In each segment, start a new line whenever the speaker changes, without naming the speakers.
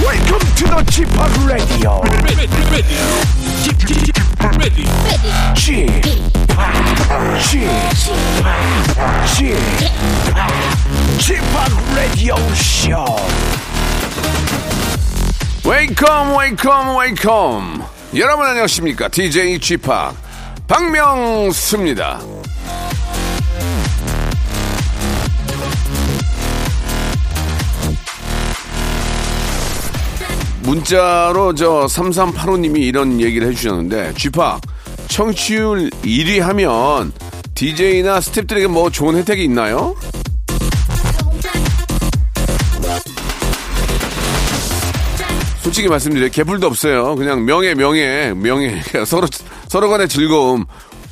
welcome to the g p o p radio
ready, ready, ready, ready.
g p o p g p o p radio show
웨이컴 웨이컴 웨이컴 여러분 안녕하십니까 DJ g p o p 박명수입니다 문자로 저 3385님이 이런 얘기를 해주셨는데 g p o p 청취율 1위 하면 DJ나 스탭들에게 뭐 좋은 혜택이 있나요? 솔직히 말씀드려요. 개뿔도 없어요. 그냥 명예, 명예, 명예. 그냥 서로, 서로 간의 즐거움.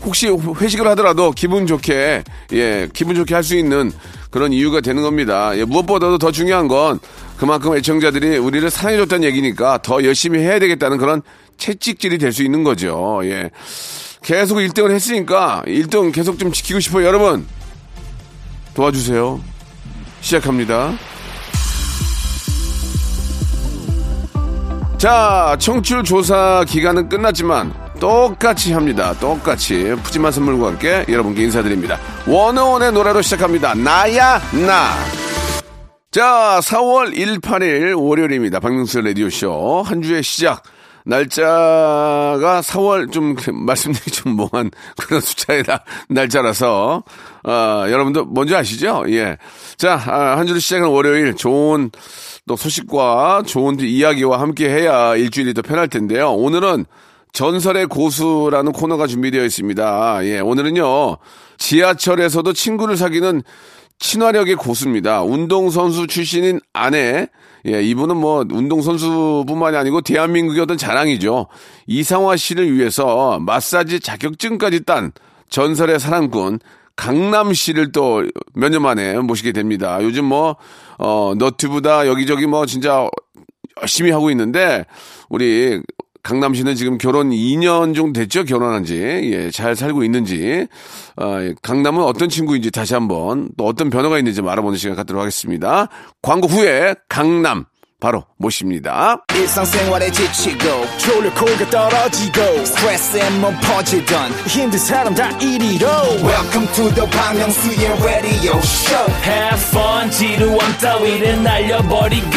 혹시 회식을 하더라도 기분 좋게, 예, 기분 좋게 할 수 있는 그런 이유가 되는 겁니다. 예, 무엇보다도 더 중요한 건 그만큼 애청자들이 우리를 사랑해줬다는 얘기니까 더 열심히 해야 되겠다는 그런 채찍질이 될 수 있는 거죠. 예. 계속 1등을 했으니까 1등 계속 좀 지키고 싶어요. 여러분, 도와주세요. 시작합니다. 자, 청출 조사 기간은 끝났지만 똑같이 합니다. 똑같이 푸짐한 선물과 함께 여러분께 인사드립니다. 원어원의 노래로 시작합니다. 나야 나. 자, 4월 18일 월요일입니다. 박명수 라디오쇼 한 주의 시작. 날짜가 4월 좀그 말씀드리기 좀 뭐한 그런 숫자의 나- 날짜라서 아, 여러분도 뭔지 아시죠? 예. 자, 아, 한 주를 시작하는 월요일 좋은 또 소식과 좋은 이야기와 함께 해야 일주일이 더 편할 텐데요. 오늘은 전설의 고수라는 코너가 준비되어 있습니다. 예, 오늘은요. 지하철에서도 친구를 사귀는 친화력의 고수입니다. 운동선수 출신인 아내. 예, 이분은 뭐 운동선수뿐만이 아니고 대한민국의 어떤 자랑이죠. 이상화 씨를 위해서 마사지 자격증까지 딴 전설의 사랑꾼 강남 씨를 또 몇 년 만에 모시게 됩니다. 요즘 뭐, 어, 너튜브다 여기저기 뭐 진짜 열심히 하고 있는데 우리 강남 씨는 지금 결혼 2년 정도 됐죠? 결혼한 지. 예, 잘 살고 있는지. 어, 예, 강남은 어떤 친구인지 다시 한번 또 어떤 변화가 있는지 좀 알아보는 시간 갖도록 하겠습니다. 광고 후에 강남 바로 모십니다.
일상생활에 지치고, 졸려 코가 떨어지고, 스트레스에 몸 퍼지던, 힘든 사람 다 이리로. welcome to the Bang Myung-soo's radio show
Have fun 지루함 따위를 날려버리고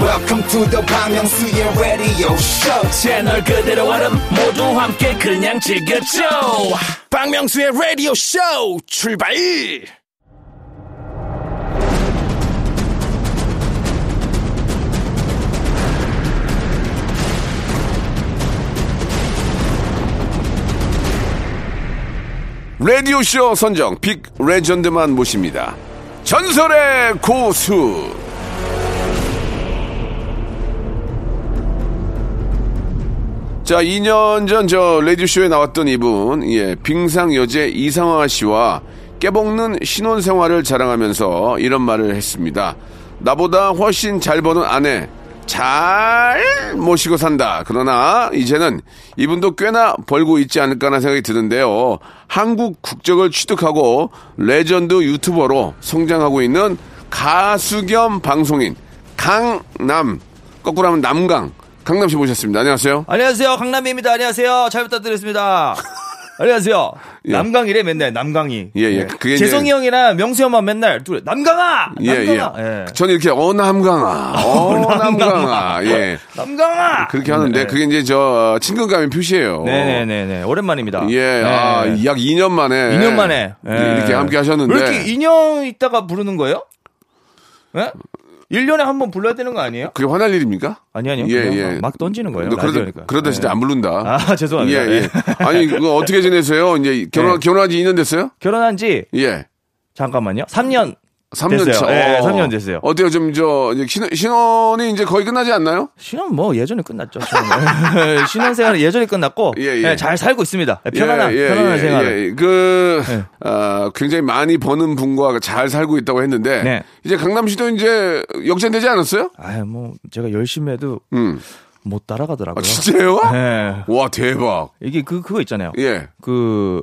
welcome to the Bang Myung-soo's radio show
채널 그대로 얼음 모두 함께 그냥 즐겨줘
박명수의 라디오 쇼 출발
라디오쇼 선정 빅 레전드만 모십니다. 전설의 고수. 자, 2년 전 저 레디쇼에 나왔던 이분, 예, 빙상 여제 이상화 씨와 깨먹는 신혼 생활을 자랑하면서 이런 말을 했습니다. 나보다 훨씬 잘 버는 아내, 잘 모시고 산다. 그러나 이제는 이분도 꽤나 벌고 있지 않을까라는 생각이 드는데요. 한국 국적을 취득하고 레전드 유튜버로 성장하고 있는 가수 겸 방송인 강남, 거꾸로 하면 남강, 강남 씨 모셨습니다. 안녕하세요.
안녕하세요. 강남입니다. 안녕하세요. 잘 부탁드렸습니다. 안녕하세요. 남강이래 맨날 남강이.
예, 예. 그게 이제-
재성이 형이나 명수 형만 맨날 둘 남강아.
예, 예.
남강아. 예.
저는 이렇게 어남강아, 어남강아, 예.
남강아.
그렇게 하는데 그게 이제 저 친근감의 표시예요.
네. 네네네네. 오랜만입니다.
예, 아,
네.
약 2년 만에.
2년 만에 예.
이렇게 함께 하셨는데.
왜 이렇게 2년 있다가 부르는 거예요? 예? 1년에 한 번 불러야 되는 거 아니에요?
그게 화날 일입니까?
아니 아니요.
예,
그냥
예.
막 던지는 거예요.
근데 그러다,
라디오니까.
그러다 진짜
예.
안 부른다.
아, 죄송합니다.
예, 예.
예.
아니, 그거 어떻게 지내세요? 이제 결혼,
예.
결혼한 지 2년 됐어요?
결혼한 지
예.
잠깐만요. 3년
3년
됐어요.
차.
예,
어.
삼년 됐어요.
어때요? 좀, 저, 이제 신혼, 신혼이 이제 거의 끝나지 않나요?
신혼 뭐 예전에 끝났죠. 신혼. 신혼생활은 예전에 끝났고
예, 예.
네, 잘 살고 있습니다. 편안한 편안한 생활.
예, 예. 그
예.
아, 굉장히 많이 버는 분과 잘 살고 있다고 했는데
네.
이제 강남시도 이제 역전되지 않았어요?
아유 뭐 제가 열심히 해도
음.
못 따라가더라고요.
아, 진짜요?
예.
와 대박.
이게 그 그거 있잖아요.
예.
그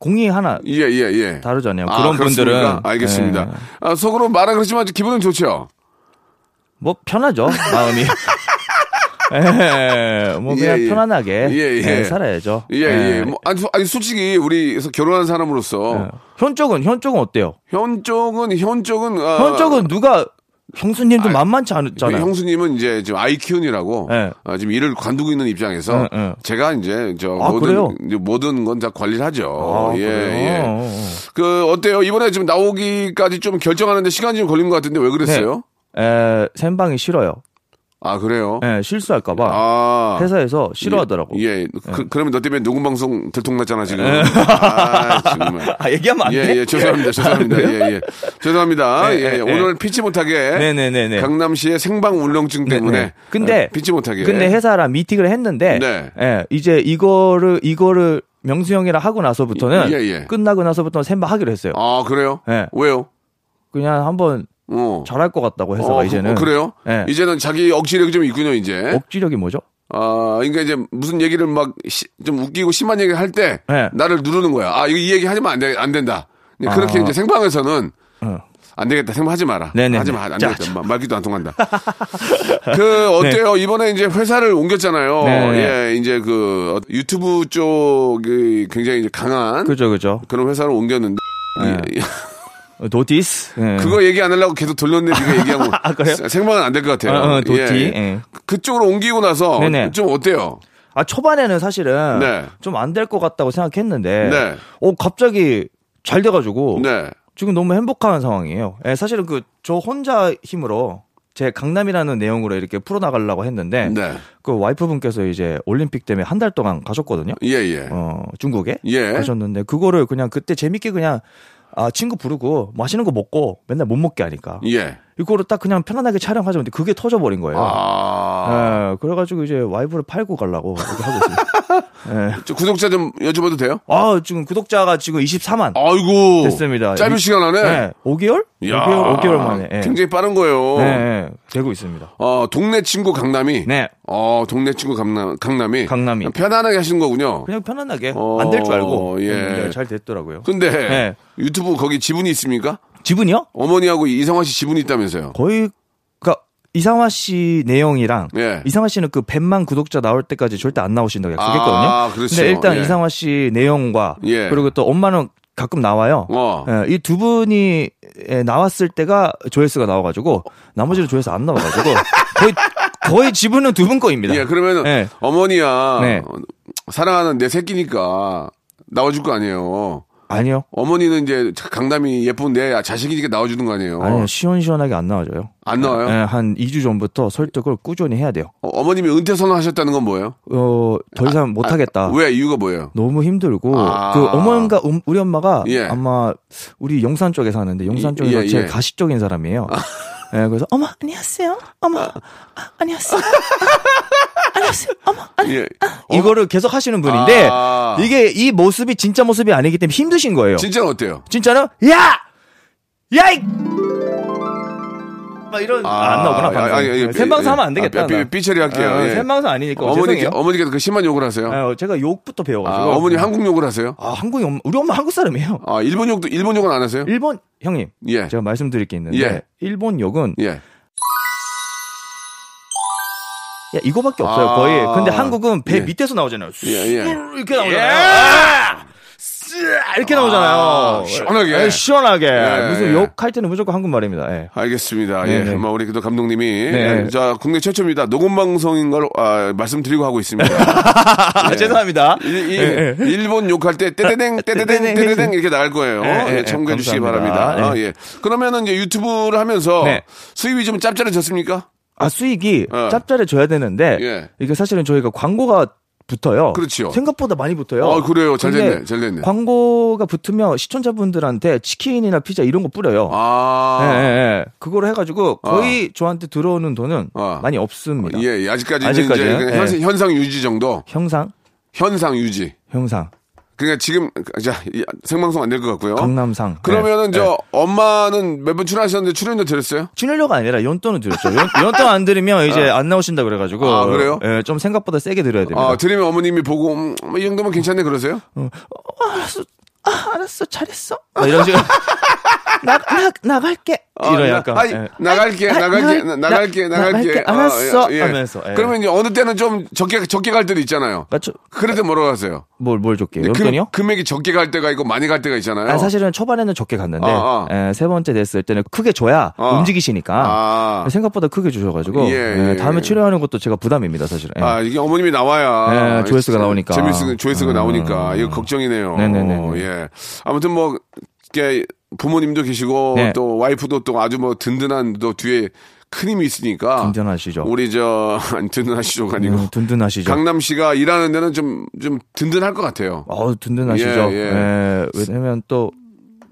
공이 하나
예, 예, 예.
다르잖아요.
아,
그런 네. 예.
그렇습니까?
분들은
알겠습니다.
예.
아, 속으로 말은 그렇지만 기분은 좋죠.
뭐 편하죠 마음이. 예, 뭐 그냥
예, 예.
편안하게
예, 예.
예, 살아야죠.
예, 예. 뭐, 아니, 소- 아니, 솔직히, 우리 결혼한
네.
사람으로서,
예. 현 쪽은 현 쪽은 어때요?
현 쪽은, 현 쪽은, 아,
현 쪽은 누가 형수님도 만만치
그
않잖아요.
형수님은 이제 지금 아이 키운이라고
예.
아, 지금 일을 관두고 있는 입장에서
예, 예. 제가
이제 저
아, 그래요?
모든 이제 모든 건 다 관리를 하죠.
아,
예,
그래요?
예. 그 어때요? 이번에 지금 나오기까지 좀 결정하는데 시간이 좀 걸린 것 같은데 왜
네.
그랬어요?
에, 생방이 예, 싫어요.
아 그래요?
예, 실수할까봐
아
회사에서 싫어하더라고. 네.
예. 예. 그, 그러면 너 때문에 녹음 방송 들통났잖아 지금. 아 정말.
아 얘기하면 안
예,
돼?
예, 죄송합니다, 죄송합니다, 예, 예, 죄송합니다,
네,
예,
네,
예.
네.
오늘 피치 못하게
네네네네.
강남시의 생방 울렁증 때문에 예,
네. 근데
피치 못하게
근데 회사랑 미팅을 했는데
네.
예, 이제 이거를 이거를 명수 형이랑 하고 나서부터는
예, 예.
끝나고 나서부터는 셈바 하기로 했어요.
아 그래요?
네.
왜요?
그냥 한번
어.
잘할 것 같다고 해서
어, 그-
이제는
어, 그래요?
예.
이제는 자기 억지력이 좀 있군요, 이제.
억지력이 뭐죠?
아, 그러니까 이제 무슨 얘기를 막 좀 웃기고 심한 얘기 할 때
예.
나를 누르는 거야. 아, 이거 이 얘기 하지면 안, 돼, 안 된다. 근데 그렇게 이제 생방에서는 안 되겠다. 생방하지 마라.
아. 어. 네네네.
하지 마. 안
자,
되겠다. 마- 말귀도 안 통한다. 그 어때요? 이번에 이제 회사를 옮겼잖아요.
네. 네네.
예, 이제 그 어, 유튜브 쪽이 굉장히 이제 강한
그죠 네. 그죠.
그런 회사를 옮겼는데 이-
노디스. 예.
그거 얘기 안 하려고 계속 돌렸네, 네가 얘기하고.
아, 그래요?
생방은 안 될 것 같아요.
어, 어, 도티. 예.
그쪽으로 옮기고 나서
네네.
좀 어때요?
아 초반에는 사실은
네.
좀 안 될 것 같다고 생각했는데
네.
어 갑자기 잘 돼가지고
네.
지금 너무 행복한 상황이에요. 예, 사실은 그 저 혼자 힘으로 제 강남이라는 내용으로 이렇게 풀어나가려고 했는데
네.
그 와이프분께서 이제 올림픽 때문에 한 달 동안 가셨거든요.
예, 예.
어 중국에
예.
가셨는데 그거를 그냥 그때 재밌게 그냥 아 친구 부르고 맛있는 거 먹고 맨날 못 먹게 하니까
예.
이거를 딱 그냥 편안하게 촬영하자 근데 그게 터져버린 거예요.
아.
예, 그래가지고 이제 와이프를 팔고 가려고 이렇게 하고 있어요.
저 구독자 좀 여쭤봐도 돼요?
아 지금 구독자가 지금 24만
아이고.
됐습니다.
짧은
이-
시간 안에?
네, 5개월?
이야,
5개월, 5개월 만에. 예.
굉장히 어. 빠른 거예요.
네, 네, 되고 있습니다.
어, 동네 친구 강남이.
네.
어, 동네 친구 강남, 강남이.
강남이.
편안하게 하시는 거군요.
그냥 편안하게
어,
안 될 줄 알고
예. 그
음, 잘 됐더라고요.
근데
네.
유튜브 거기 지분이 있습니까?
지분이요?
어머니하고 이성화 씨 지분이 있다면서요.
거의 그러니까 이상화 씨 내용이랑
예.
이상화 씨는 그 100만 구독자 나올 때까지 절대 안 나오신다고 약속했거든요.
아, 그렇죠.
근데 일단
예.
이상화 씨 내용과
예.
그리고 또 엄마는 가끔 나와요. 예,
어.
이 두 분이 예, 나왔을 때가 조회수가 나와가지고 나머지는 조회수 안 나와가지고 거의 거의 지분은 두 분 거입니다.
예, 그러면
예.
어머니야.
네.
어, 사랑하는 내 새끼니까 나와줄 거 아니에요.
아니요,
어머니는 이제 강남이 예쁜 내 자식이니까 나와주는 거 아니에요.
아니요 시원시원하게 안 나와줘요.
안 나와요?
예, 한 2주 전부터 설득을 꾸준히 해야 돼요.
어, 어머님이 은퇴 선언하셨다는 건 뭐예요?
어, 더 이상 못하겠다.
아, 왜 이유가 뭐예요?
너무 힘들고
아.
그 어머님과 음- 우리 엄마가
예.
아마 우리 용산 쪽에 사는데 용산
이-
쪽에서
예,
제일
예.
가식적인 사람이에요. 예, 그래서 어머 안녕하세요. 어머 아, 안녕하세요. 안녕하세요. 어머 안-
예.
이거를 계속 하시는 분인데
아.
이게 이 모습이 진짜 모습이 아니기 때문에 힘드신 거예요.
진짜는 어때요?
진짜는 야! 야! 이... 막 이런 아, 안 나오구나 방금.
아, 아니, 아니,
생방송 하면 안 되겠다.
아, 삐-
나.
삐- 삐처리 할게요.
어,
예.
생방송 아니니까
어머니,
죄송해요.
어머니께서 그 심한 욕을 하세요.
예, 제가 욕부터 배워가지고
아, 어머니 한국 욕을 하세요?
아, 한국이 엄마, 우리 엄마 한국 사람이에요.
아, 일본 욕도, 일본 욕은 안 하세요?
일본 형님,
예.
제가 말씀드릴 게 있는데
예.
일본 욕은
예.
야, 이거밖에 없어요
아.
거의. 근데 한국은 배
예.
밑에서 나오잖아요.
예, 예.
이렇게 나오잖아요. 아, 이렇게 나오잖아요.
아, 시원하게.
예, 시원하게.
예,
무슨
예.
욕할 때는 무조건 한국말입니다. 예.
알겠습니다.
네,
예.
네.
아마 우리 또 감독님이.
네.
예, 자, 국내 최초입니다. 녹음방송인 걸, 아, 말씀드리고 하고 있습니다.
아, 죄송합니다.
일,
예, 예.
본 욕할 때, 떼떼댕, 떼떼댕,
떼떼댕,
떼떼댕 이렇게 나갈 거예요.
예, 예,
예, 참고해 주시기
감사합니다.
바랍니다. 아,
예.
예. 그러면은 이제 유튜브를 하면서
네.
수입이 좀 짭짤해졌습니까?
아, 수익이
어.
짭짤해져야 되는데
예.
이게 사실은 저희가 광고가 붙어요.
그렇죠.
생각보다 많이 붙어요.
아, 그래요. 잘
근데
됐네, 잘 됐네.
광고가 붙으면 시청자분들한테 치킨이나 피자 이런 거 뿌려요.
아.
예, 예, 예. 그거를 해가지고 거의 저한테 들어오는 돈은
아.
많이 없습니다.
예, 예. 아직까지는
네, 아직까지는?
이제 그냥 현,
예.
현상 유지 정도.
형상,
현상 유지.
형상,
그러니까 지금 자, 이- 생방송 안 될 것 같고요.
강남상.
어? 그러면은
예,
저
예.
엄마는 몇 번 출연하셨는데 출연료 드렸어요?
출연료가 아니라 연돈을 드렸죠. 연, 연돈 안 드리면 이제 안 나오신다 그래가지고.
아, 그래요?
예, 좀
어,
생각보다 세게 드려야 됩니다.
뭐 아, 드리면 어머님이 보고 음, 뭐이 정도면 괜찮네 그러세요?
어, 어, 알았어. 아, 알았어, 잘했어. 막 이런 식으로. 나, 나, 나갈게.
아,
이런
나-
약간.
아이,
예.
나갈게,
아,
나갈게,
나-
나, 나갈게,
나-
나갈게.
나갈게, 알았어.
아,
하면서, 예.
그러면 이제 어느 때는 좀 적게, 적게 갈 때도 있잖아요.
그러니까 저-
그럴 때 뭐라고 하세요?
뭘, 뭘 줄게.
그-
용돈이요?
금액이 적게 갈 때가 있고 많이 갈 때가 있잖아요.
아, 사실은 초반에는 적게 갔는데
어, 어.
예, 세 번째 됐을 때는 크게 줘야
어.
움직이시니까
아.
생각보다 크게 주셔가지고
예,
예,
예,
다음에
예.
치료하는 것도 제가 부담입니다 사실은. 예.
아, 이게 어머님이 나와야.
네, 조회수가 나오니까.
재밌으, 조회수가
음.
나오니까. 이거 걱정이네요.
네네네.
예. 아무튼 뭐, 이렇게 부모님도 계시고,
네.
또 와이프도 또 아주 뭐 든든한 또 뒤에 큰 힘이 있으니까.
든든하시죠.
아, 우리 저, 아니, 든든하시죠가 아니고.
어. 음, 든든하시죠.
강남 씨가 일하는 데는 좀, 좀 든든할 것 같아요.
어 든든하시죠.
예, 예.
예, 왜냐면 또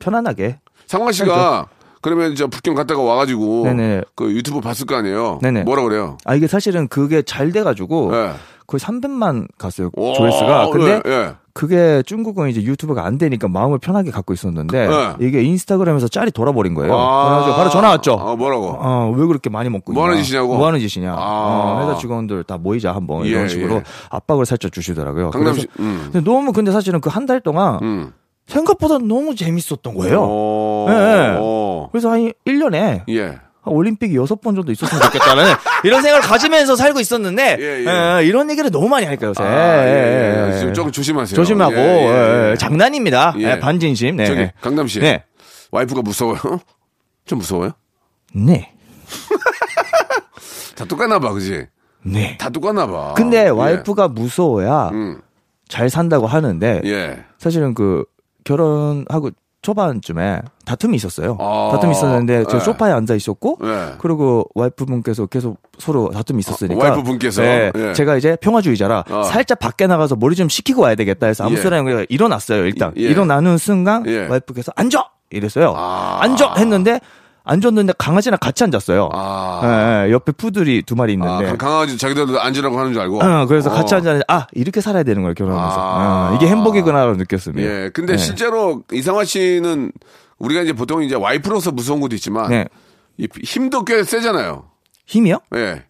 편안하게.
상화 씨가 그러면 저 북경 갔다가 와가지고
그렇죠. 네네.
그 유튜브 봤을 거 아니에요.
네네.
뭐라 그래요?
아 이게 사실은 그게 잘 돼가지고
예.
거의 300만 갔어요
오,
뭐 조회수가. 근데 네.
예, 예.
그게 중국은 이제 유튜브가 안 되니까 마음을 편하게 갖고 있었는데
네.
이게 인스타그램에서 짤이 돌아버린 거예요.
아.
그래가지고 바로 전화 왔죠.
아, 뭐라고?
어, 왜 그렇게 많이 먹고
뭐 하는
있냐.
짓이냐고?
뭐 하는 짓이냐.
아.
어, 회사 직원들 다 모이자 한번
예,
이런 식으로
예.
압박을 살짝 주시더라고요.
강남시,
그래서-
음.
근데 너무 근데 사실은 그 한 달 동안
음. 어.
생각보다 너무 재밌었던 거예요.
오,
예, 예.
오.
그래서 한 1년에
예.
올림픽이 여섯 번 정도 있었으면 좋겠다는 이런 생각을 가지면서 살고 있었는데
예, 예.
예, 이런 얘기를 너무 많이 하니까 요새
아, 예, 예.
예, 예.
지금 조금 조심하세요.
조심하고
예, 예, 예.
예, 장난입니다.
예.
예, 반진심. 네.
저기 강남 씨.
네.
와이프가 무서워요? 좀 무서워요?
네.
다 똑같나 봐, 그지?
네.
다 똑같나 봐.
근데
예.
와이프가 무서워야
음.
잘 산다고 하는데
예.
사실은 그 결혼하고 초반쯤에 다툼이 있었어요.
아,
다툼이 있었는데 저
예.
소파에 앉아 있었고
예.
그리고 와이프분께서 계속 서로 다툼이 있었으니까
아, 와이프분께서?
예,
예.
제가 이제 평화주의자라
아. 살짝
살짝 밖에 나가서 머리 좀 식히고 와야 되겠다 해서 아무
예.
소리 안 하고 일어났어요. 일단
예.
일어나는 순간
예.
와이프께서 앉아 이랬어요.
아.
앉아 했는데 앉았는데 강아지랑 같이 앉았어요.
아.
예, 예, 옆에 푸들이 두
아,
마리 있는데
강아지 자기들 앉으라고 하는 줄 알고.
네. 어, 그래서 같이
어.
앉았는데 아 이렇게 살아야 되는 거예요 결혼하면서
아.
어, 이게 행복이구나라고 느꼈습니다.
예. 근데
네.
실제로 이상화 씨는 우리가 이제 보통 이제 와이프로서 무서운 것도 있지만
네.
이 힘도 꽤 세잖아요.
힘이요?
예.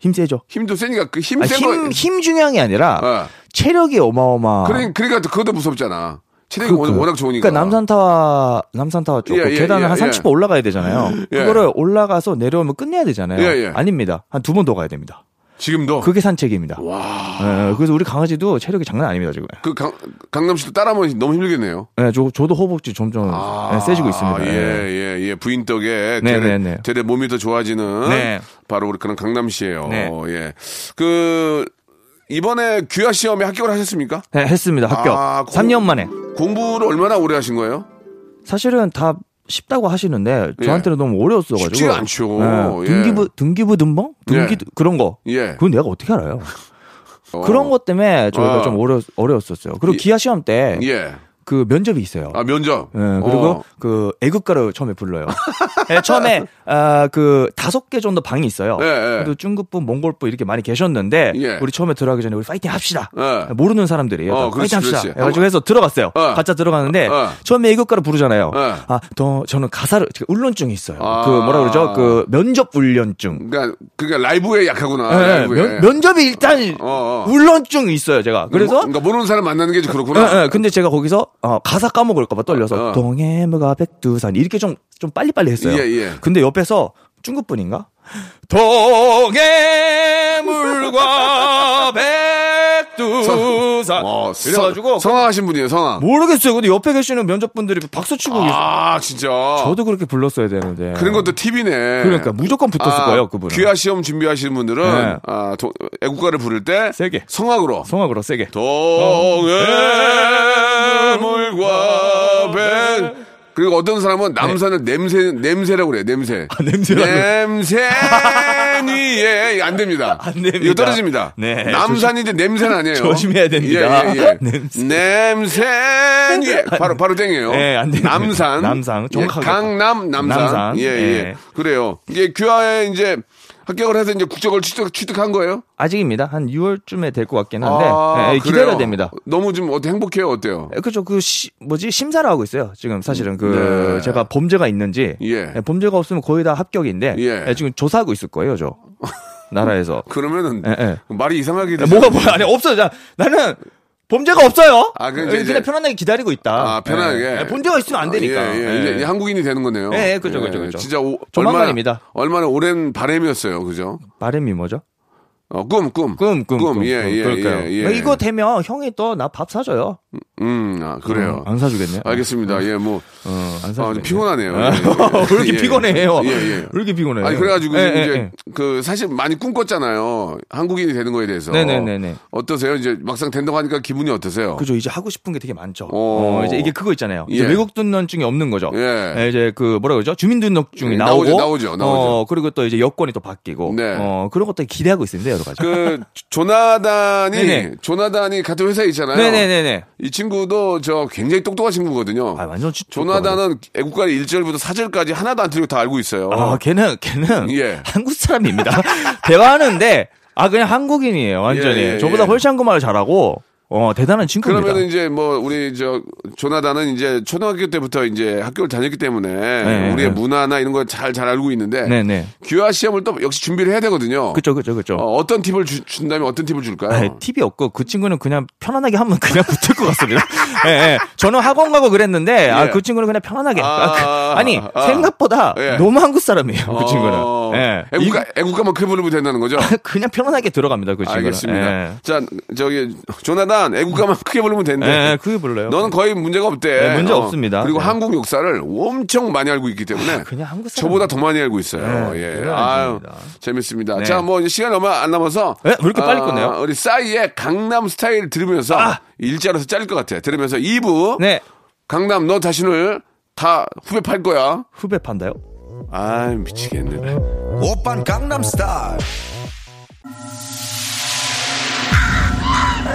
힘 세죠.
힘도 세니까 그 힘
아,
센 거.
힘, 힘 중요한 게 아니라
어.
체력이 어마어마.
그러니, 그러니까 그것도 무섭잖아. 체력이
그-
워낙,
그-
워낙 좋으니까.
그러니까 남산타와 남산타와 쪽그
예, 예,
계단을
예,
한
예.
30번 올라가야 되잖아요.
예.
그거를 올라가서 내려오면 끝내야 되잖아요.
예, 어. 예.
아닙니다. 한 두 번 더 가야 됩니다.
지금도
그게 산책입니다. 예, 그래서 우리 강아지도 체력이 장난 아닙니다 지금.
그 강, 강남 씨도 따라하면 너무 힘들겠네요.
예, 저, 저도 허벅지 점점 예, 세지고 있습니다.
아, 예, 예, 예. 부인 덕에
네,
되레,
네, 네.
되레 몸이 더 좋아지는
네.
바로 우리 그런 강남 씨예요.
네.
예. 그 이번에 귀화 시험에 합격을 하셨습니까?
예, 했습니다. 합격.
아, 고-
3년 만에.
공부를 얼마나 오래 하신 거예요?
사실은 다 쉽다고 하시는데
예.
저한테는 너무 어려웠어가지고
쉽지가 않죠. 예.
등기부 등기부 등본 등기
예.
그런 거
예.
그건 내가 어떻게 알아요?
어,
그런 것 때문에 저희가
아.
좀 어려 어려웠었어요. 그리고
예.
기아 시험 때 그
예.
면접이 있어요.
아 면접.
예, 그리고
어.
그 애국가를 처음에 불러요. 예, 처음에 아, 그 다섯 개 정도 방이 있어요.
예, 예.
그래도 중국분, 몽골분 이렇게 많이 계셨는데
예.
우리 처음에 들어가기 전에 우리 파이팅 합시다.
예.
모르는 사람들이에요.
어, 그렇지,
파이팅 합시다.
그렇지.
그래가지고 해서 들어갔어요.
어.
가짜 들어갔는데
어.
처음에 애국가를 부르잖아요.
예.
아, 더 저는 가사를 제가 울론증이 있어요.
아.
그 뭐라 그러죠? 그 면접 울련증.
그러니까 그게 라이브에 약하구나.
예,
라이브에.
면, 면접이 일단
아, 어, 어.
울론증이 있어요, 제가. 그래서
그러니까 모르는 사람 만나는 게 그렇구나.
예, 예. 근데 제가 거기서 어, 가사 까먹을까봐 떨려서
어.
동해무가 백두산 이렇게 좀 좀 빨리빨리 했어요.
예, 예.
근데 옆에서 중국분인가? 동해물과 백두산
어, 성-
이래가지고
성황하신 분이에요, 성황.
아, 모르겠어요. 근데 옆에 계시는 면접분들이 박수 치고 계세요.
아, 진짜.
저도 그렇게 불렀어야 되는데.
그런 것도 팁이네.
그러니까 무조건 붙었을
아,
거예요, 그분은.
귀화 시험 준비하시는 분들은
네.
아, 도- 애국가를 부를 때
세게.
성악으로
성악으로 세게.
동해 물과 백 그리고 어떤 사람은 남산을 냄새 냄새라고 그래요. 냄새.
네. 아, 냄새라고.
냄새 위에 안 됩니다.
안 됩니다.
이거 떨어집니다.
네,
남산인데 냄새는 아니에요.
조심해야 됩니다.
예, 예, 예.
냄새.
냄새 위에 바로 바로 땡이에요.
네, 안 됩니다.
남산.
남산,
예,
정확하게.
강남 남산.
남산.
예, 예.
예.
그래요. 이게 귀화에 이제 합격을 해서 이제 국적을 취득 취득한 거예요?
아직입니다. 한 6월쯤에 될 것 같긴 한데
아,
예,
그래요?
기다려야 됩니다.
너무 좀 어때 행복해요? 어때요?
예, 그죠 그 시- 뭐지 심사를 하고 있어요 지금 사실은 그
네.
제가 범죄가 있는지
예.
예, 범죄가 없으면 거의 다 합격인데
예.
예, 지금 조사하고 있을 거예요 저 나라에서
그러면은
예, 뭐 예.
말이 이상하게
야,
되죠.
뭐가 뭐야 아니 없어 자, 나는 범죄가 없어요. 예,
아, 그럼 이제-
그냥
이제-
편안하게 기다리고 있다.
아, 편하게.
예. 범죄가 있으면 안 되니까.
예, 예. 이제- 이제 한국인이 되는 거네요.
예, 예, 그죠, 그죠, 그죠.
진짜 오,
조만간입니다.
얼마나, 얼마나 오랜 바램이었어요, 그죠?
바람이 뭐죠?
어, 꿈, 꿈.
꿈, 꿈, 꿈.
예,
꿈.
예,
그럴까요?
예, 예.
이거 되면 형이 또 나 밥 사줘요.
음, 아, 그래요.
안 사주겠네.
알겠습니다. 예, 뭐.
어, 안
아,
사주겠네.
피곤하네요. 예, 예.
왜 이렇게
예,
피곤해요?
예,
왜
예.
이렇게 피곤해요?
아니 그래가지고
예,
이제
예, 예.
그 사실 많이 꿈꿨잖아요 한국인이 되는 거에 대해서
네네네네.
어떠세요 이제 막상 된다고 하니까 기분이 어떠세요?
그죠. 이제 하고 싶은 게 되게 많죠.
오.
어, 이제 이게 그거 있잖아요. 이제
예.
외국 등록증이 없는 거죠.
예.
예, 이제 그 뭐라 그러죠? 주민등록증이
예,
나오고
나오죠, 나오죠, 나오죠.
어, 그리고 또 이제 여권이 또 바뀌고
네.
어, 그런 것도 기대하고 있습니다. 여러 가지.
그 조나단이
네네.
조나단이 같은 회사에 있잖아요.
네네네네.
이 친구도 저 굉장히 똑똑한 친구거든요.
아, 완전 치-
조나단은 애국가의 1절부터 4절까지 하나도 안 틀리고 다 알고 있어요.
아, 걔는 걔는
예.
한국 사람입니다. 대화하는데 아 그냥 한국인이에요. 완전히
예, 예,
저보다
예.
훨씬 한국말을 잘하고 어 대단한 친구입니다.
그러면 이제 뭐 우리 저 조나단은 이제 초등학교 때부터 이제 학교를 다녔기 때문에 우리의 문화나 이런 걸 잘 잘 알고 있는데
네, 네네.
귀화 시험을 또 역시 준비를 해야 되거든요.
그죠 그죠 그죠.
어, 어떤 팁을 주- 준다면 어떤 팁을 줄까요?
아, 팁이 없고 그 친구는 그냥 편안하게 하면 그냥 붙을 것 같습니다. 예, 예. 저는 학원 가고 그랬는데 아,
예.
그 친구는 그냥 편안하게. 아,
아,
니
아.
생각보다
예.
너무 한국 사람이에요. 그 친구는.
어,
예.
애국가, 애국가만 그 부르면 된다는 거죠?
이- 그냥 편안하게 들어갑니다. 그 친구는.
알겠습니다.
예.
자, 저기, 조나단, 애국가만 크게 부르면 된대.
예, 예, 그게 불러요.
네. 너는 거의 문제가 없대. 어.
네, 문제 없습니다.
그리고
네.
한국 역사를 엄청 많이 알고 있기 때문에.
그냥 한국 사람.
저보다 더 많이 알고 있어요.
네,
예.
대단한
아유,
분입니다.
재밌습니다.
네.
자, 뭐, 이제 시간이 얼마 안 남아서.
네, 왜 이렇게 빨리 끝내요? 아!
우리 싸이의 강남 스타일 들으면서. 일자로서 자를 것 같아. 들으면서 2부.
네.
강남, 너 자신을 다 후배 팔 거야.
후배 판다요?
아 미치겠네.
오빤 강남스타일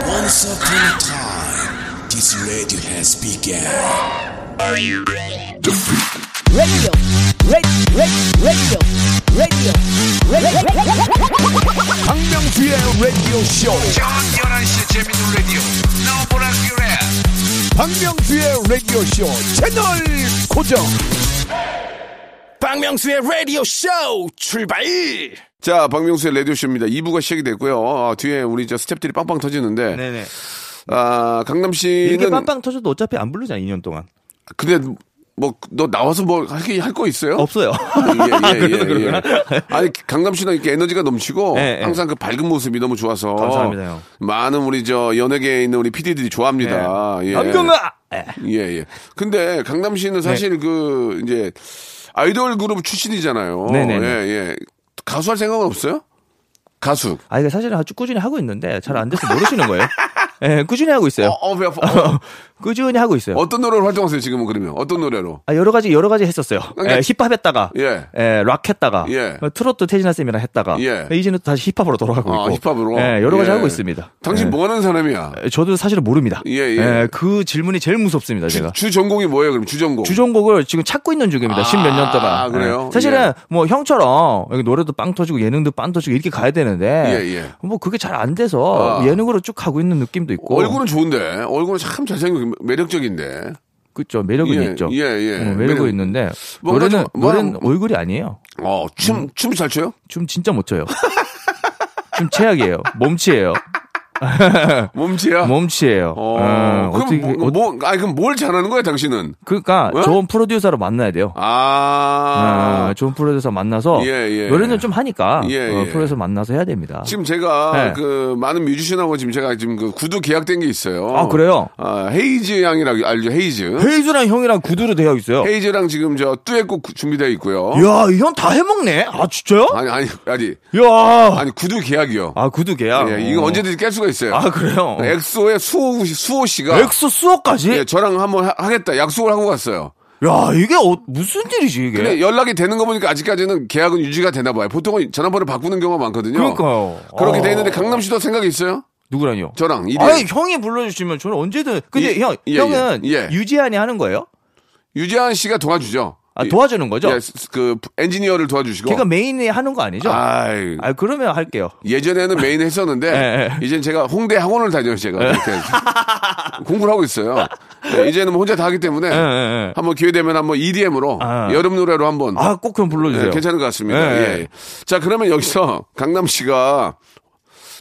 Once upon a time, this radio has begun.
radio, radio, radio, radio, radio,
박명수의 라디오 쇼. 저녁 11시 재밌는 라디오. 나보라 그래. 박명수의 라디오 쇼 채널 고정. 박명수의 라디오 쇼 출발.
자, 박명수의 라디오쇼입니다. 2부가 시작이 됐고요. 아, 뒤에 우리 저 스탭들이 빵빵 터지는데.
네네.
아, 강남
이렇게
씨는.
빵빵 터져도 어차피 안 부르잖아, 2년 동안.
근데 뭐, 너 나와서 뭐, 할게, 할 거 있어요?
없어요. 아,
예, 예, 예,
그래도 그렇구나.
예. 아니, 강남 씨는 이렇게 에너지가 넘치고.
예, 예.
항상 그 밝은 모습이 너무 좋아서.
감사합니다, 형.
많은 우리 저 연예계에 있는 우리 PD들이 좋아합니다. 예.
남경아! 예.
예, 예. 근데 강남 씨는 사실
네.
그, 이제, 아이돌 그룹 출신이잖아요.
네네네.
예, 예. 가수 할 생각은 없어요? 가수.
아, 이거 사실은 아주 꾸준히 하고 있는데 잘 안 돼서 모르시는 거예요. 예, 꾸준히 하고 있어요.
어, 어, 배 아파. 어.
꾸준히 하고 있어요.
어떤 노래로 활동하세요 지금은 그러면 어떤 노래로?
아, 여러 가지 여러 가지 했었어요.
그러니까
예, 힙합 했다가
예.
예, 락 했다가 뭐
예.
트로트 태진아 쌤이랑 했다가
예.
이제는 또 다시 힙합으로 돌아가고
아
있고
힙합으로.
예, 여러 가지
예.
하고 있습니다.
당신
예.
뭐 하는 사람이야?
예, 저도 사실은 모릅니다.
예, 예.
그 질문이 제일 무섭습니다, 제가.
주 전공이 뭐예요 그럼 주 전공?
주전곡을 지금 찾고 있는 중입니다.
아,
10몇 년 동안.
아, 그래요?
예. 사실은
예.
뭐 형처럼 여기 노래도 빵 터지고 예능도 빵 터지고 이렇게 가야 되는데
예, 예.
뭐 그게 잘 안 돼서
아.
예능으로 쭉 가고 있는 느낌도 있고
얼굴은 좋은데 얼굴은 참 잘생기고 매력적인데
그죠 매력은
예,
있죠.
예, 예.
어, 매력은
매력-
있는데
뭔가
노래는
좀- 뭐-
노래는 얼굴이 아니에요. 음?
어춤 춤 잘 춰요?
춤 진짜 못 춰요. 춤 최악이에요. 몸치예요.
몸치야.
몸치예요.
어,
어,
그럼
어떻게
뭐, 뭐 아니 그럼 뭘 잘하는 거야 당신은?
그러니까
왜?
좋은 프로듀서로 만나야 돼요.
아
어, 좋은 프로듀서 만나서
예, 예.
노래는 좀 하니까
예,
어,
예.
프로듀서 만나서 해야 됩니다.
지금 제가
네.
그 많은 뮤지션하고 지금 제가 지금 그 구두 계약된 게 있어요.
아, 그래요?
아, 헤이즈 양이라고 알죠 헤이즈.
헤이즈랑 형이랑 구두로 되어 있어요.
헤이즈랑 지금 저 뚜엣곡 준비되어 있고요.
이야, 이 형 다 해먹네. 아 진짜요?
아니 아니 아니
이야.
아니 구두 계약이요.
아 구두개야.
예, 이거 언제든지 깰 수가 있어요.
아 그래요.
엑소의 수호 씨- 수호 씨가
엑소 수호까지.
예, 저랑 한번 하- 하겠다 약속을 하고 갔어요.
야 이게 어- 무슨 일이지 이게?
근데 연락이 되는 거 보니까 아직까지는 계약은 유지가 되나 봐요. 보통은 전화번호 바꾸는 경우가 많거든요.
그러니까요.
그렇게
어.
돼 있는데 강남 씨도 생각이 있어요?
누구랑요?
저랑 이대
아 형이 불러주시면 저는 언제든. 근데
이-
형
예, 예,
형은
예.
유지한이 하는 거예요?
유재한 씨가 도와주죠.
아 도와주는 거죠?
예, 스- 그 엔지니어를 도와주시고.
걔가 메인이 하는 거 아니죠? 아,
아이,
그러면 할게요.
예전에는 메인 했었는데
예,
이젠 제가 홍대 학원을 다녀요 제가 이렇게 공부를 하고 있어요. 예, 이제는 뭐 혼자 다 하기 때문에
예, 예.
한번 기회 되면 한번 EDM으로
아.
여름 노래로 한번
아꼭 그럼
예,
불러주세요. 네.
괜찮은 것 같습니다.
예,
예. 자 그러면 여기서 강남 씨가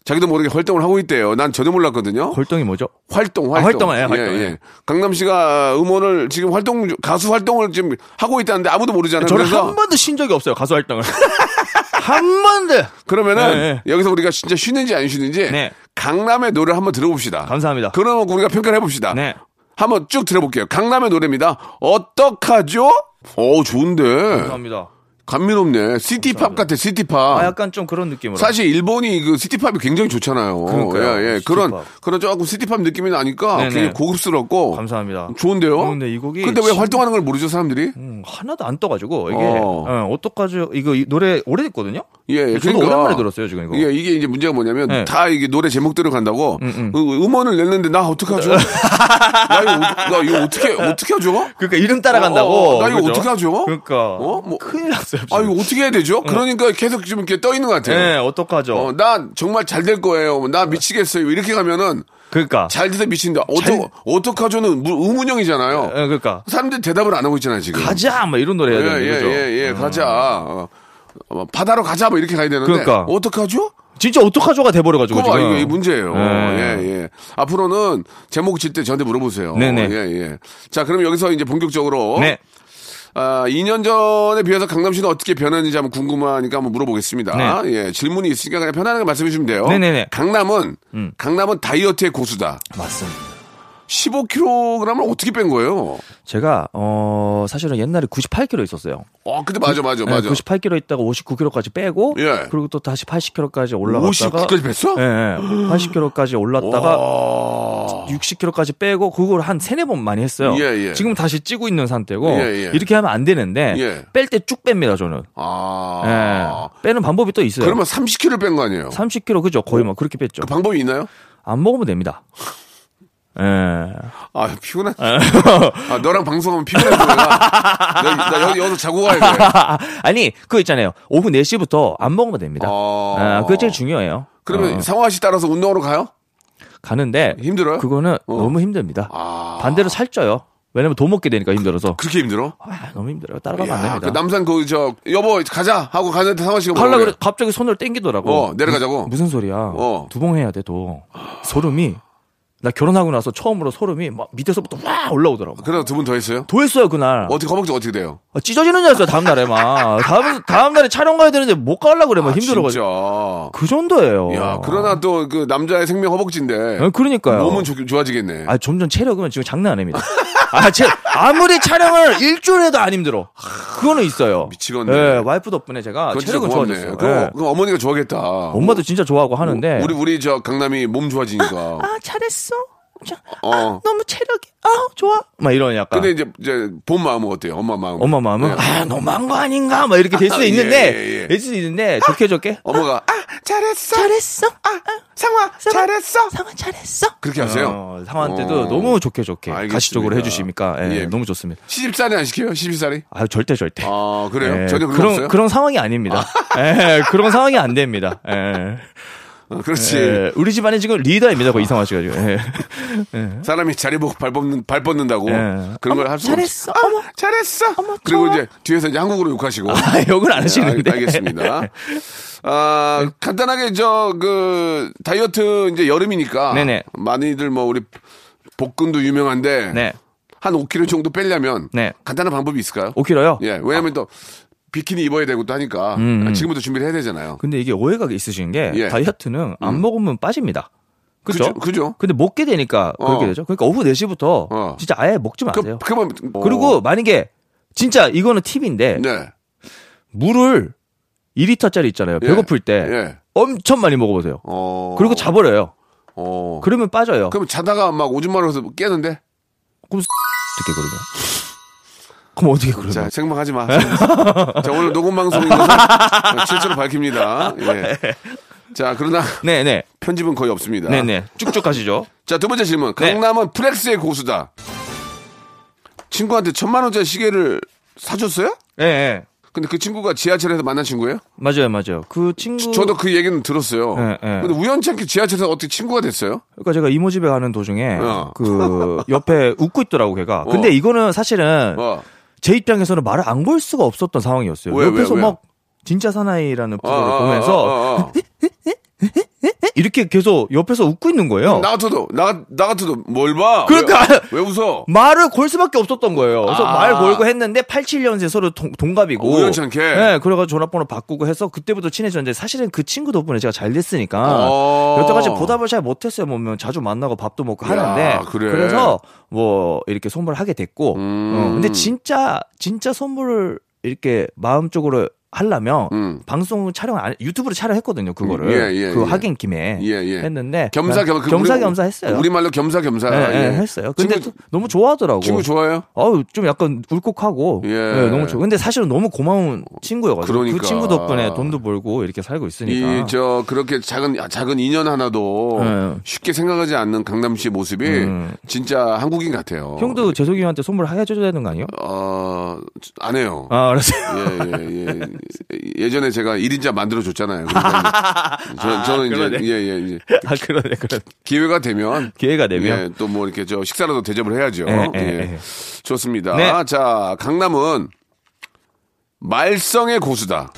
자기도 모르게 활동을 하고 있대요. 난 전혀 몰랐거든요.
골동이 뭐죠?
활동,
아,
활동. 예,
활동을 해요, 활동을.
강남 씨가 음원을 지금 활동, 가수 활동을 지금 하고 있다는데 아무도 모르잖아요.
저는
네, 그래서
한 번도 쉰 적이 없어요 가수 활동을 한 번도
그러면은
네,
여기서 우리가 진짜 쉬는지 안 쉬는지
네.
강남의 노래를 한번 들어봅시다.
감사합니다.
그러면 아. 우리가 평가를 해봅시다.
네.
한번 쭉 들어볼게요. 강남의 노래입니다. 어떡하죠? 어 좋은데.
감사합니다
감미롭네. 시티팝 같아, 시티팝.
아 약간 좀 그런 느낌으로
사실 일본이 그 시티팝이 굉장히 좋잖아요.
그러니까요.
예, 예.
시티팝.
그런 그런 조금 시티팝 느낌이 나니까
네네.
굉장히 고급스럽고
감사합니다
좋은데요.
어, 근데 이 곡이
근데 왜
진-
활동하는 걸 모르죠 사람들이?
음, 하나도 안 떠가지고 이게
어.
어. 떡하죠 이거 이 노래 오래됐거든요
예, 예.
저도 오랜만에 들었어요 지금 이거
예, 이게 이제 문제가 뭐냐면
네.
다 이게 노래 제목대로 간다고
음.
음, 원을 냈는데 나 어떡하죠? 나 이거, 어- 나 이거 어떻게 어떻게 하죠?
그러니까 이름 따라간다고
어, 어, 나 이거
그죠?
어떻게 하죠?
그러니까
어? 뭐-
큰일 났어요 지금.
아 이거 어떻게 해야 되죠? 그러니까 계속 좀 이렇게 떠 있는 것 같아요.
네 어떡하죠
어, 나 정말 잘 될 거예요. 나 미치겠어요. 이렇게 가면은
그러니까
잘 돼서 미친다. 어떡,
잘-
어떡하죠는 무- 의문형이잖아요.
예, 그러니까
사람들이 대답을 안 하고 있잖아요, 지금.
가자 막 이런 노래
예,
해야 되는
예,
거죠 아.
예, 예, 가자. 어, 어, 바다로 가자, 뭐 이렇게 가야 되는데.
그러니까.
어떡하죠?
진짜 어떡하죠가 돼버려가지고
그거 봐,
지금
이게 문제예요.
네.
예, 예. 앞으로는 제목 질 때 저한테 물어보세요.
네네.
예, 예. 자, 그럼 여기서 이제 본격적으로.
네
아, 2년 전에 비해서 강남시는 어떻게 변했는지 한번 궁금하니까 한번 물어보겠습니다. 예, 질문이 있으니까 그냥 편안하게 말씀해 주시면 돼요.
네. 네네네.
강남은,
음.
강남은 다이어트의 고수다.
맞습니다
15kg을 어떻게 뺀 거예요?
제가 어 사실은 옛날에 98kg 있었어요.
어, 근데 맞아, 맞아,
네,
맞아.
98kg 있다가 59kg까지 빼고
예.
그리고 또 다시 80kg까지
59까지
올라갔다가
까지 뺐어?
예, 예. 80kg까지 올랐다가
와.
60kg까지 빼고 그걸 한 세네 번 많이 했어요.
예, 예.
지금 다시 찌고 있는 상태고
예, 예.
이렇게 하면 안 되는데
예.
뺄 때 쭉 뺍니다 저는.
아.
예. 빼는 방법이 또 있어요.
그러면 30kg 뺀 거 아니에요?
30kg 그죠? 거의 막 그렇게 뺐죠.
그 방법이 있나요?
안 먹으면 됩니다. 예.
아, 피곤한. 아, 너랑 방송하면 피곤해서 내가. 나, 나 여기, 여기서 자고 가야 돼.
아니 그거 있잖아요. 오후 4시부터 안 먹으면 됩니다.
아.
아, 그게 제일 중요해요.
그러면
어.
상화 씨 따라서 운동으로 가요?
가는데
힘들어요?
그거는 너무 힘듭니다.
아.
반대로 살쪄요. 왜냐면 돈 먹게 되니까 힘들어서.
그렇게 힘들어?
아, 너무 힘들어요. 따라가면 안
야, 그
됩니다.
남산 그, 저, 여보, 가자! 하고 가는데 상화 씨가
갈라
뭐라고
그래 갑자기 손을 땡기더라고.
어, 내려가자고?
무슨 소리야?
어.
두봉 해야 돼 또. 소름이 나 결혼하고 나서 처음으로 소름이 막 밑에서부터 와 올라오더라고.
그래서 두 분 더 했어요?
도했어요 그날.
어떻게, 허벅지 어떻게 돼요?
아, 찢어지는 줄 알았어요 다음 날에 막. 다음 다음 날에 촬영 가야 되는데 못 가려고 그래 막 힘들어가지고.
아, 진짜.
그 정도예요.
야, 그러나 또 그 남자의 생명 허벅지인데.
아, 그러니까요.
몸은 좋, 좋아지겠네.
아, 점점 체력은 지금 장난 아닙니다. 아, 제, 아무리 촬영을 일주일 해도 안 힘들어. 그거는 있어요.
미치겠네.
예, 와이프 덕분에 제가
그건 진짜
체력은
고맙네.
좋아졌어요.
그럼,
예.
그럼 어머니가 좋아하겠다.
엄마도 진짜 좋아하고 하는데.
우리 우리 저 강남이 몸 좋아지니까.
네. 아, 잘했어. 자,
어.
너무 체력이, 아, 좋아. 막 이런 약간.
근데 이제 이제 본 마음은 어때요? 엄마 마음.
엄마 마음은, 아, 너무한 거 아닌가? 막 이렇게 될 수도
예,
있는데,
예, 예.
될 수도 있는데, 좋게 좋게.
엄마가 아!
잘했어
상화 잘했어.
상아 잘했어
그렇게 하세요.
어, 상황한테도
어.
너무 좋게 좋게
알겠습니다.
가시적으로 해주시니까 예,
예.
너무 좋습니다.
시집살이 안 시켜요? 시집살이?
아 절대 절대.
아 그래요?
예,
전혀 그런 거
그런
없어요?
그런 상황이 아닙니다. 예, 그런 상황이 안 됩니다. 예.
어, 그렇지.
예, 우리 집안이 지금 리더입니다. 그 이상화 씨가 지금. 예.
사람이 자리 보고 발 뻗는 발 뻗는다고
예.
그런 걸 할 수 없어.
잘했어 어머
잘했어.
어머,
그리고
좋아.
이제 뒤에서 이제 한국어로 욕하시고.
아, 욕을 안 하시는데.
네, 알, 겠습니다 아, 간단하게 저 그 다이어트 이제 여름이니까
네네.
많이들 뭐 우리 복근도 유명한데
네.
한 5kg 정도 빼려면
네.
간단한 방법이 있을까요?
5kg요?
예, 왜냐면 또 비키니 입어야 되고 또 하니까
음, 음.
지금부터 준비를 해야 되잖아요.
근데 이게 오해가 있으신 게
예.
다이어트는 안 먹으면 빠집니다. 그죠?
그죠? 그죠?
근데 먹게 되니까
어.
그렇게 되죠. 그러니까 오후 4시부터
어.
진짜 아예 먹지 마세요. 그,
그만
리고 만약에 진짜 이거는 팁인데
어. 네.
물을 2리터짜리 있잖아요.
예.
배고플 때
예.
엄청 많이 먹어보세요.
어.
네. 그리고 자버려요.
어.
그러면 빠져요.
그럼 자다가 막 오줌 마려서 깨는데?
어떻게 그러면? 그럼 어떻게 그러면?
자, 생방하지 마. 생방. 자, 오늘 녹음 방송인 것을 실제로 밝힙니다. 예. 자, 그러나
네네.
편집은 거의 없습니다.
네. 네네. 쭉쭉 가시죠.
자, 두 번째 질문.
네.
강남은 플렉스의 고수다. 친구한테 천만 원짜리 시계를 사줬어요?
예, 예.
근데 그 친구가 지하철에서 만난 친구예요?
맞아요, 맞아요. 그 친구.
저도 그 얘기는 들었어요.
네, 네.
근데 우연찮게 지하철에서 어떻게 친구가 됐어요?
그러니까 제가 이모 집에 가는 도중에
어.
그 옆에 웃고 있더라고 걔가. 근데
어.
이거는 사실은
어.
제 입장에서는 말을 안 걸 수가 없었던 상황이었어요.
왜, 어, 왜,
옆에서
왜?
막 진짜 사나이라는 프로를
어, 어,
보면서
어, 어, 어.
이렇게 계속 옆에서 웃고 있는 거예요.
나 같아도 나, 나 같아도 뭘 봐?
그러니까.
왜, 왜 웃어?
말을 걸 수밖에 없었던 거예요. 그래서
아.
말 걸고 했는데 87년생 서로 동, 동갑이고.
어, 우연치 않게.
네, 그래가지고 전화번호 바꾸고 해서 그때부터 친해졌는데 사실은 그 친구 덕분에 제가 잘 됐으니까.
어.
아, 여태까지 보답을 잘 못했어요. 보면 자주 만나고 밥도 먹고
야,
하는데.
그래.
서뭐 이렇게 선물을 하게 됐고.
음.
어, 근데 진짜, 진짜 선물을 이렇게 마음적으로 하려면
음.
방송 촬영 안, 유튜브로 촬영했거든요. 그거를.
예, 예,
그
예.
하긴 김에.
예, 예.
했는데.
겸사겸사 그 우리-
네. 겸사겸사 했어요.
우리말로 겸사겸사
예, 예,
예.
했어요. 근데
친구,
또 너무 좋아하더라고.
친구 좋아해요?
아우 좀 약간 울컥하고
예.
예, 너무 좋아. 근데 사실은 너무 고마운 친구여가지고
그러니까.
그 친구 덕분에 돈도 벌고 이렇게 살고 있으니까.
이 저 그렇게 작은 아, 작은 인연 하나도
네.
쉽게 생각하지 않는 강남 씨의 모습이 진짜 한국인 같아요.
음.
어,
형도 재석이 형한테 선물 해줘야 되는 거 아니에요?
어안 해요.
아 알았어요.
예예 예, 예. 예전에 제가 1인자 만들어 줬잖아요. 그러니까 저, 저는 이제
그러네.
예예 예, 예.
아 그러네 그러네.
기회가 되면
기회가 되면.
또 뭐 이렇게 저 식사라도 대접을 해야죠.
예, 예,
예.
예.
좋습니다.
네.
자, 강남은 말썽의 고수다.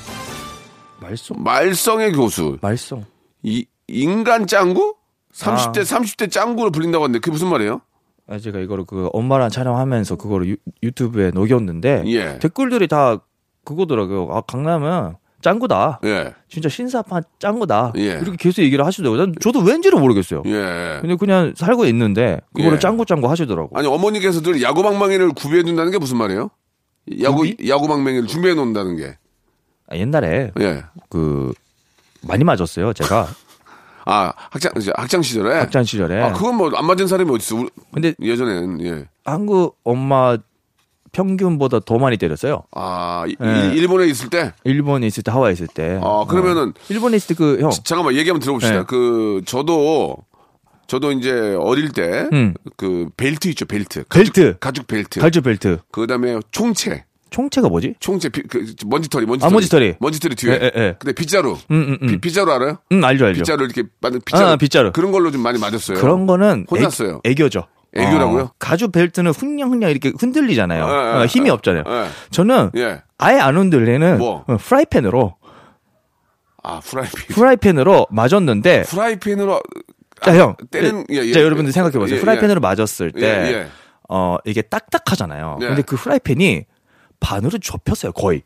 말썽
말썽의 고수.
말썽.
이 인간 짱구? 30대 30대 짱구로 불린다고 하는데 그게 무슨 말이에요?
아, 제가 이거를 그 엄마랑 촬영하면서 그거를 유, 튜브에 녹였는데
예.
댓글들이 다 그거더라고요. 아 강남은 짱구다.
예.
진짜 신사판 짱구다.
예.
이렇게 계속 얘기를 하시더라고요. 난 저도 왠지를 모르겠어요.
예.
근데 그냥 살고 있는데 그거를
예.
짱구짱구 하시더라고.
아니 어머니께서 늘 야구 방망이를 구비해 둔다는 게 무슨 말이에요? 야구 야구 방망이를 준비해 놓는다는 게.
아, 옛날에
예.
그 많이 맞았어요. 제가
아, 학창 학창 시절에
학창 시절에.
아, 그건 뭐 안 맞은 사람이 어디 있어? 우리-
근데
예전엔 예.
한국 엄마 평균보다 더 많이 때렸어요.
아, 이-
예.
이- 일본에 있을 때
일본에 있을 때 하와이 있을 때.
아, 그러면은
어. 일본에 있을 때 그 형.
잠깐만 얘기 한번 들어봅시다.
네.
그 저도 저도 이제 어릴 때 그
음.
벨트 있죠 벨트 가죽,
벨트.
가죽 벨트
갈주 벨트.
그다음에 총채
총체가 뭐지?
총채 비- 그 먼지털이 먼지털이
아, 먼지털이.
먼지털이 뒤에
예, 예, 예.
근데 빗자루
음, 음, 음.
비- 빗자루 알아요?
응 알죠 알죠.
빗자루 이렇게 만든 빗자루,
아, 빗자루.
그런 걸로 좀 많이 맞았어요.
그런 거는 애-
혼났어요.
애교죠.
애교라고요?
어, 가죽 벨트는 훈냥훈냥 이렇게 흔들리잖아요.
예, 예,
어, 힘이
예.
없잖아요.
예.
저는
예.
아예 안 흔들리는
뭐?
어, 프라이팬으로
아 프라이팬
프라이팬으로 맞았는데
프라이팬으로
자, 아, 형.
때리는-
자,
예, 예.
자, 여러분들 생각해 보세요.
예, 예.
프라이팬으로 맞았을 때,
예, 예.
어, 이게 딱딱하잖아요.
예.
근데 그 프라이팬이 반으로 접혔어요, 거의.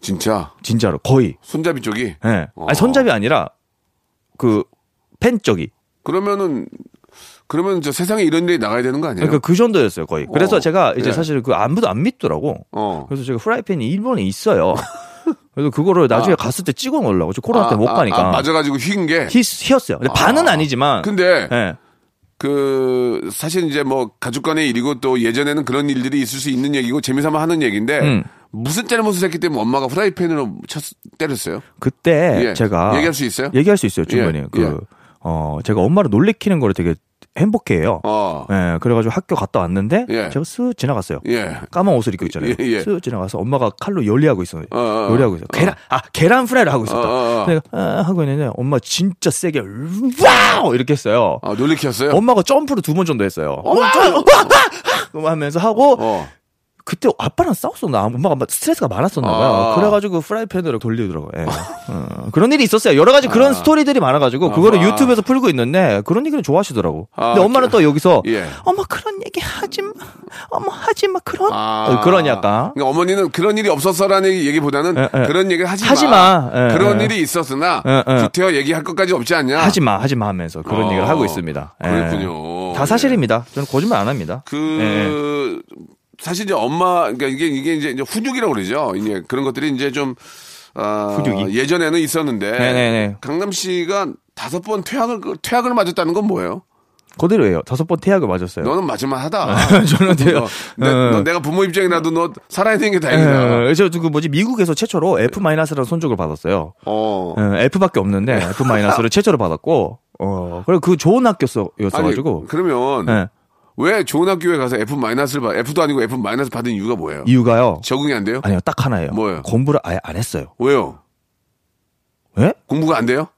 진짜
진짜로, 거의.
손잡이 쪽이
예.
어.
아니, 손잡이 아니라, 그, 팬
네.
쪽이.
그러면은 그러면 저 세상에 이런 일이 나가야 되는 거 아니에요?
그러니까 그 정도였어요, 거의. 그래서
어.
제가 이제
예.
사실 그 아무도 안 믿더라고.
어.
그래서 제가 프라이팬이 일본에 있어요. 그래서 그거를 나중에 갔을 때 찍어 놓으려고. 저 코로나 때 못 가니까.
아, 맞아가지고 휜 게.
히, 었어요 근데 반은 아니지만.
근데
예.
그 사실 이제 뭐 가족 간의 일이고 또 예전에는 그런 일들이 있을 수 있는 얘기고 재미삼아 하는 얘기인데
음.
무슨 잘못을 했기 때문에 엄마가 프라이팬으로 쳤 때렸어요.
그때
예.
네, 제가
얘기할 수 있어요?
얘기할 수 있어요, 충분히.
예,
그,
예.
어, 제가 엄마를 놀래키는 거를 되게 행복해해요.
어.
예, 그래가지고 학교 갔다 왔는데
예.
제가 쓱 지나갔어요.
예.
까만 옷을 입고 있잖아요.
예, 예.
쓱 지나가서 엄마가 칼로 요리하고 있어요.
어, 어, 어.
요리하고 있어요. 계란, 아 계란 프라이를 하고 있었다.
어, 어, 어.
내가 아, 하고 있는데 엄마 진짜 세게 와우 이렇게 했어요.
아, 놀래켰어요?
엄마가 점프를 두 번 정도 했어요. 와우! 와우! 하면서 하고
어.
그때 아빠랑 싸웠었나? 엄마가 막 스트레스가 많았었나 봐요.
아.
그래가지고 프라이팬으로 돌리더라고요. 예. 어, 그런 일이 있었어요. 여러 가지 그런 스토리들이 많아가지고 그거를
아마.
유튜브에서 풀고 있는데 그런 얘기를 좋아하시더라고.
아,
근데 엄마는 또 여기서
예.
어머 그런 얘기 하지 마. 어머 하지 마 그런.
아.
어, 그런 약간.
그러니까 어머니는 그런 일이 없었어라는 얘기- 얘기보다는
예, 예.
그런 얘기를 하지 마.
하지 마. 예,
그런
예.
일이 있었으나
예, 예.
구태여 얘기할 것까지 없지 않냐?
하지마, 하지마 하면서 그런
어,
얘기를 하고 있습니다. 예.
아. 그랬군요.
다 사실입니다. 저는 거짓말 안 합니다.
그
예.
사실 이제 엄마 그러니까 이게 이게 이제 이제 훈육이라고 그러죠. 이제 그런 것들이 이제 좀 아,
훈육이?
예전에는 있었는데
네네네.
강남 씨가 다섯 번 퇴학을 퇴학을 맞았다는 건 뭐예요?
그대로예요. 다섯 번 태약을 맞았어요.
너는 맞을만 하다.
저는 돼요.
너, 내,
어.
너 내가 부모 입장이라도 너 살아야 되는 게 다행이다.
예, 저그 뭐지 미국에서 최초로 F-라는 손족을 받았어요.
어. 네.
예, F밖에 없는데 F-를 최초로 받았고 어 그리고 그 좋은 학교였어가지고
그러면
예,
왜 좋은 학교에 가서 F 마이너스를 받 F도 아니고 F 마이너스 받은 이유가 뭐예요?
이유가요
적응이 안 돼요?
아니요 딱 하나예요
뭐예요?
공부를 아예 안 했어요
왜요?
예
공부가 안 돼요?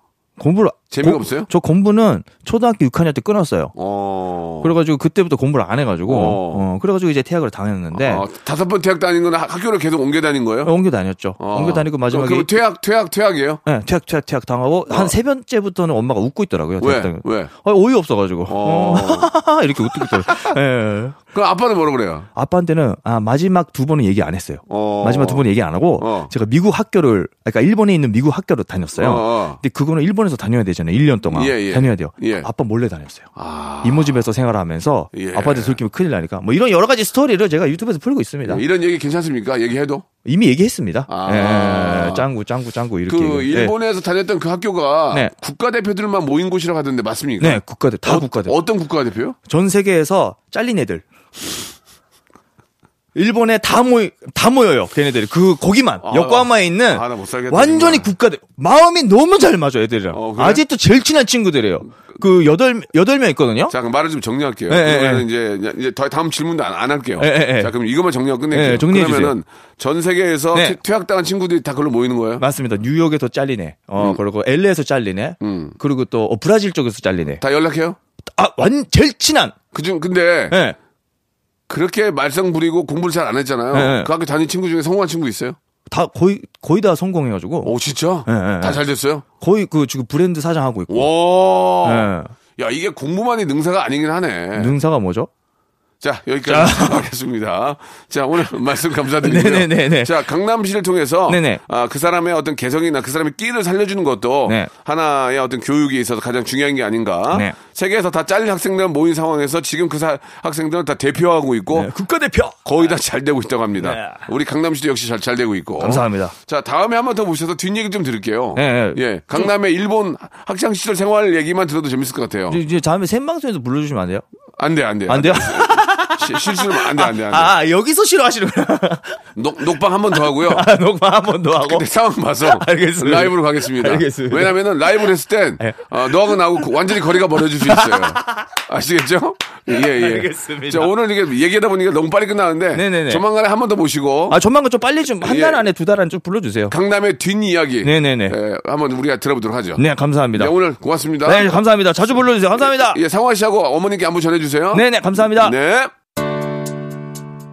공부를
재미가 없어요?
저 공부는 초등학교 6학년 때 끊었어요.
어.
그래가지고 그때부터 공부를 안 해가지고
어.
어, 그래가지고 이제 퇴학을 당했는데
어, 다섯 번 퇴학 다닌 건 학- 학교를 계속 옮겨 다닌 거예요?
어, 옮겨 다녔죠.
어.
옮겨 다니고 마지막에
그럼 퇴학 퇴학 퇴학이에요?
네, 퇴학 퇴학 퇴학 당하고 한 세 번째부터는 엄마가 웃고 있더라고요.
왜?
퇴학 당하고.
왜?
어, 어이 없어가지고
어.
어, 이렇게 웃고 있더라고요. 예.
그럼 아빠는 뭐라 그래요?
아빠한테는 아 마지막 두 번은 얘기 안 했어요.
어.
마지막 두 번은 얘기 안 하고
어.
제가 미국 학교를 그러니까 일본에 있는 미국 학교로 다녔어요.
어, 어.
근데 그거는 일본에서 다녀야 되잖아요. 1년 동안
예, 예.
다녀야 돼요.
예.
아빠 몰래 다녔어요.
아.
이모 집에서 생활하면서
예.
아빠한테 들키면 큰일 나니까 뭐 이런 여러 가지 스토리를 제가 유튜브에서 풀고 있습니다.
이런 얘기 괜찮습니까? 얘기해도?
이미 얘기했습니다.
아.
예, 짱구 짱구 짱구 이렇게.
그
얘기해요.
일본에서 다녔던 그 학교가
네.
국가대표들만 모인 곳이라고 하던데 맞습니까?
네, 네, 국가대 다
어,
국가대.
어떤 국가대표요?
전 세계에서 잘린 애들. 일본에 다 모이 다 모여요. 걔네들이 그 거기만
아,
요코하마에 있는
아, 나못 살겠다,
완전히
정말.
국가대 마음이 너무 잘 맞아 애들이랑
어, 그래?
아직도 제일 친한 친구들이에요. 그 여덟 여덟 명 있거든요.
자, 그럼 말을 좀 정리할게요.
예, 예,
그러면 이제 이제 더- 다음 질문도 안, 안 할게요.
예, 예, 예.
자, 그럼 이것만 정리하고 끝낼게요.
예, 예, 정리해
그러면은 전 세계에서
네.
퇴- 퇴학당한 친구들이 다 그걸로 모이는 거예요?
맞습니다. 뉴욕에서 잘리네. 어
음.
그리고 LA에서 잘리네. 그리고 또 어, 브라질 쪽에서 잘리네.
다 연락해요?
아 완 제일 친한.
그중 근데
예.
그렇게 말썽 부리고 공부를 잘 안 했잖아요.
예, 예.
그 학교 다닌 친구 중에 성공한 친구 있어요?
다 거의 거의 다 성공해가지고
오, 진짜?
예, 예, 예.
다 잘 됐어요?
거의 그 지금 브랜드 사장하고 있고.
와. 예.
예.
야, 이게 공부만이 능사가 아니긴 하네.
능사가 뭐죠?
자, 여기까지 하겠습니다. 자, 오늘 말씀 감사드리고요.
네네네네.
자, 강남시를 통해서
네네.
아, 그 사람의 어떤 개성이나 그 사람의 끼를 살려주는 것도
네.
하나의 어떤 교육에 있어서 가장 중요한 게 아닌가.
네.
세계에서 다 잘린 학생들 모인 상황에서 지금 그 사- 학생들은 다 대표하고 있고
네, 국가대표.
거의 다 잘 되고 있다고 합니다.
네.
우리 강남시도 역시 잘, 잘 되고 있고.
감사합니다.
자, 다음에 한 번 더 모셔서 뒷얘기 좀 들을게요.
네, 네.
예. 강남의 일본 학창시절 생활 얘기만 들어도 재밌을 것 같아요.
이제- 이제 다음에 생방송에서 불러주시면 안 돼요?
안 돼, 안 돼.
네. 안 돼요?
실수는 안 돼, 네, 안 돼, 안 돼.
아 여기서 싫어하시는구나.
녹, 녹방 한 번 더 하고요.
녹화 한번 더 하고.
근데 네, 상황 봐서
어? 알겠습니다.
라이브로 가겠습니다.
알겠습니다.
왜냐면은 라이브를 했을 땐
예.
어, 너하고 나하고 완전히 거리가 멀어질 수 있어요. 아시겠죠? 예, 예.
알겠습니다.
자, 오늘 이게 얘기하다 보니까 너무 빨리 끝나는데
네네네.
조만간에 한 번 더 모시고
아 조만간 좀 빨리 좀 한 달
예.
안에 두 달 안에 좀 불러주세요.
강남의 뒷이야기
네네네.
예, 한번 우리가 들어보도록 하죠.
네 감사합니다.
네, 오늘 고맙습니다.
네 감사합니다. 자주 불러주세요. 감사합니다.
예, 상화 씨하고 어머님께 안부 전해주세요.
네네 감사합니다.
네.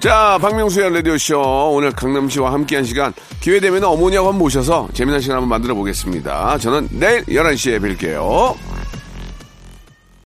자, 박명수의 라디오쇼. 오늘 강남시와 함께한 시간. 기회되면 어머니하고 한번 모셔서 재미난 시간 한번 만들어 보겠습니다. 저는 내일 11시에 뵐게요.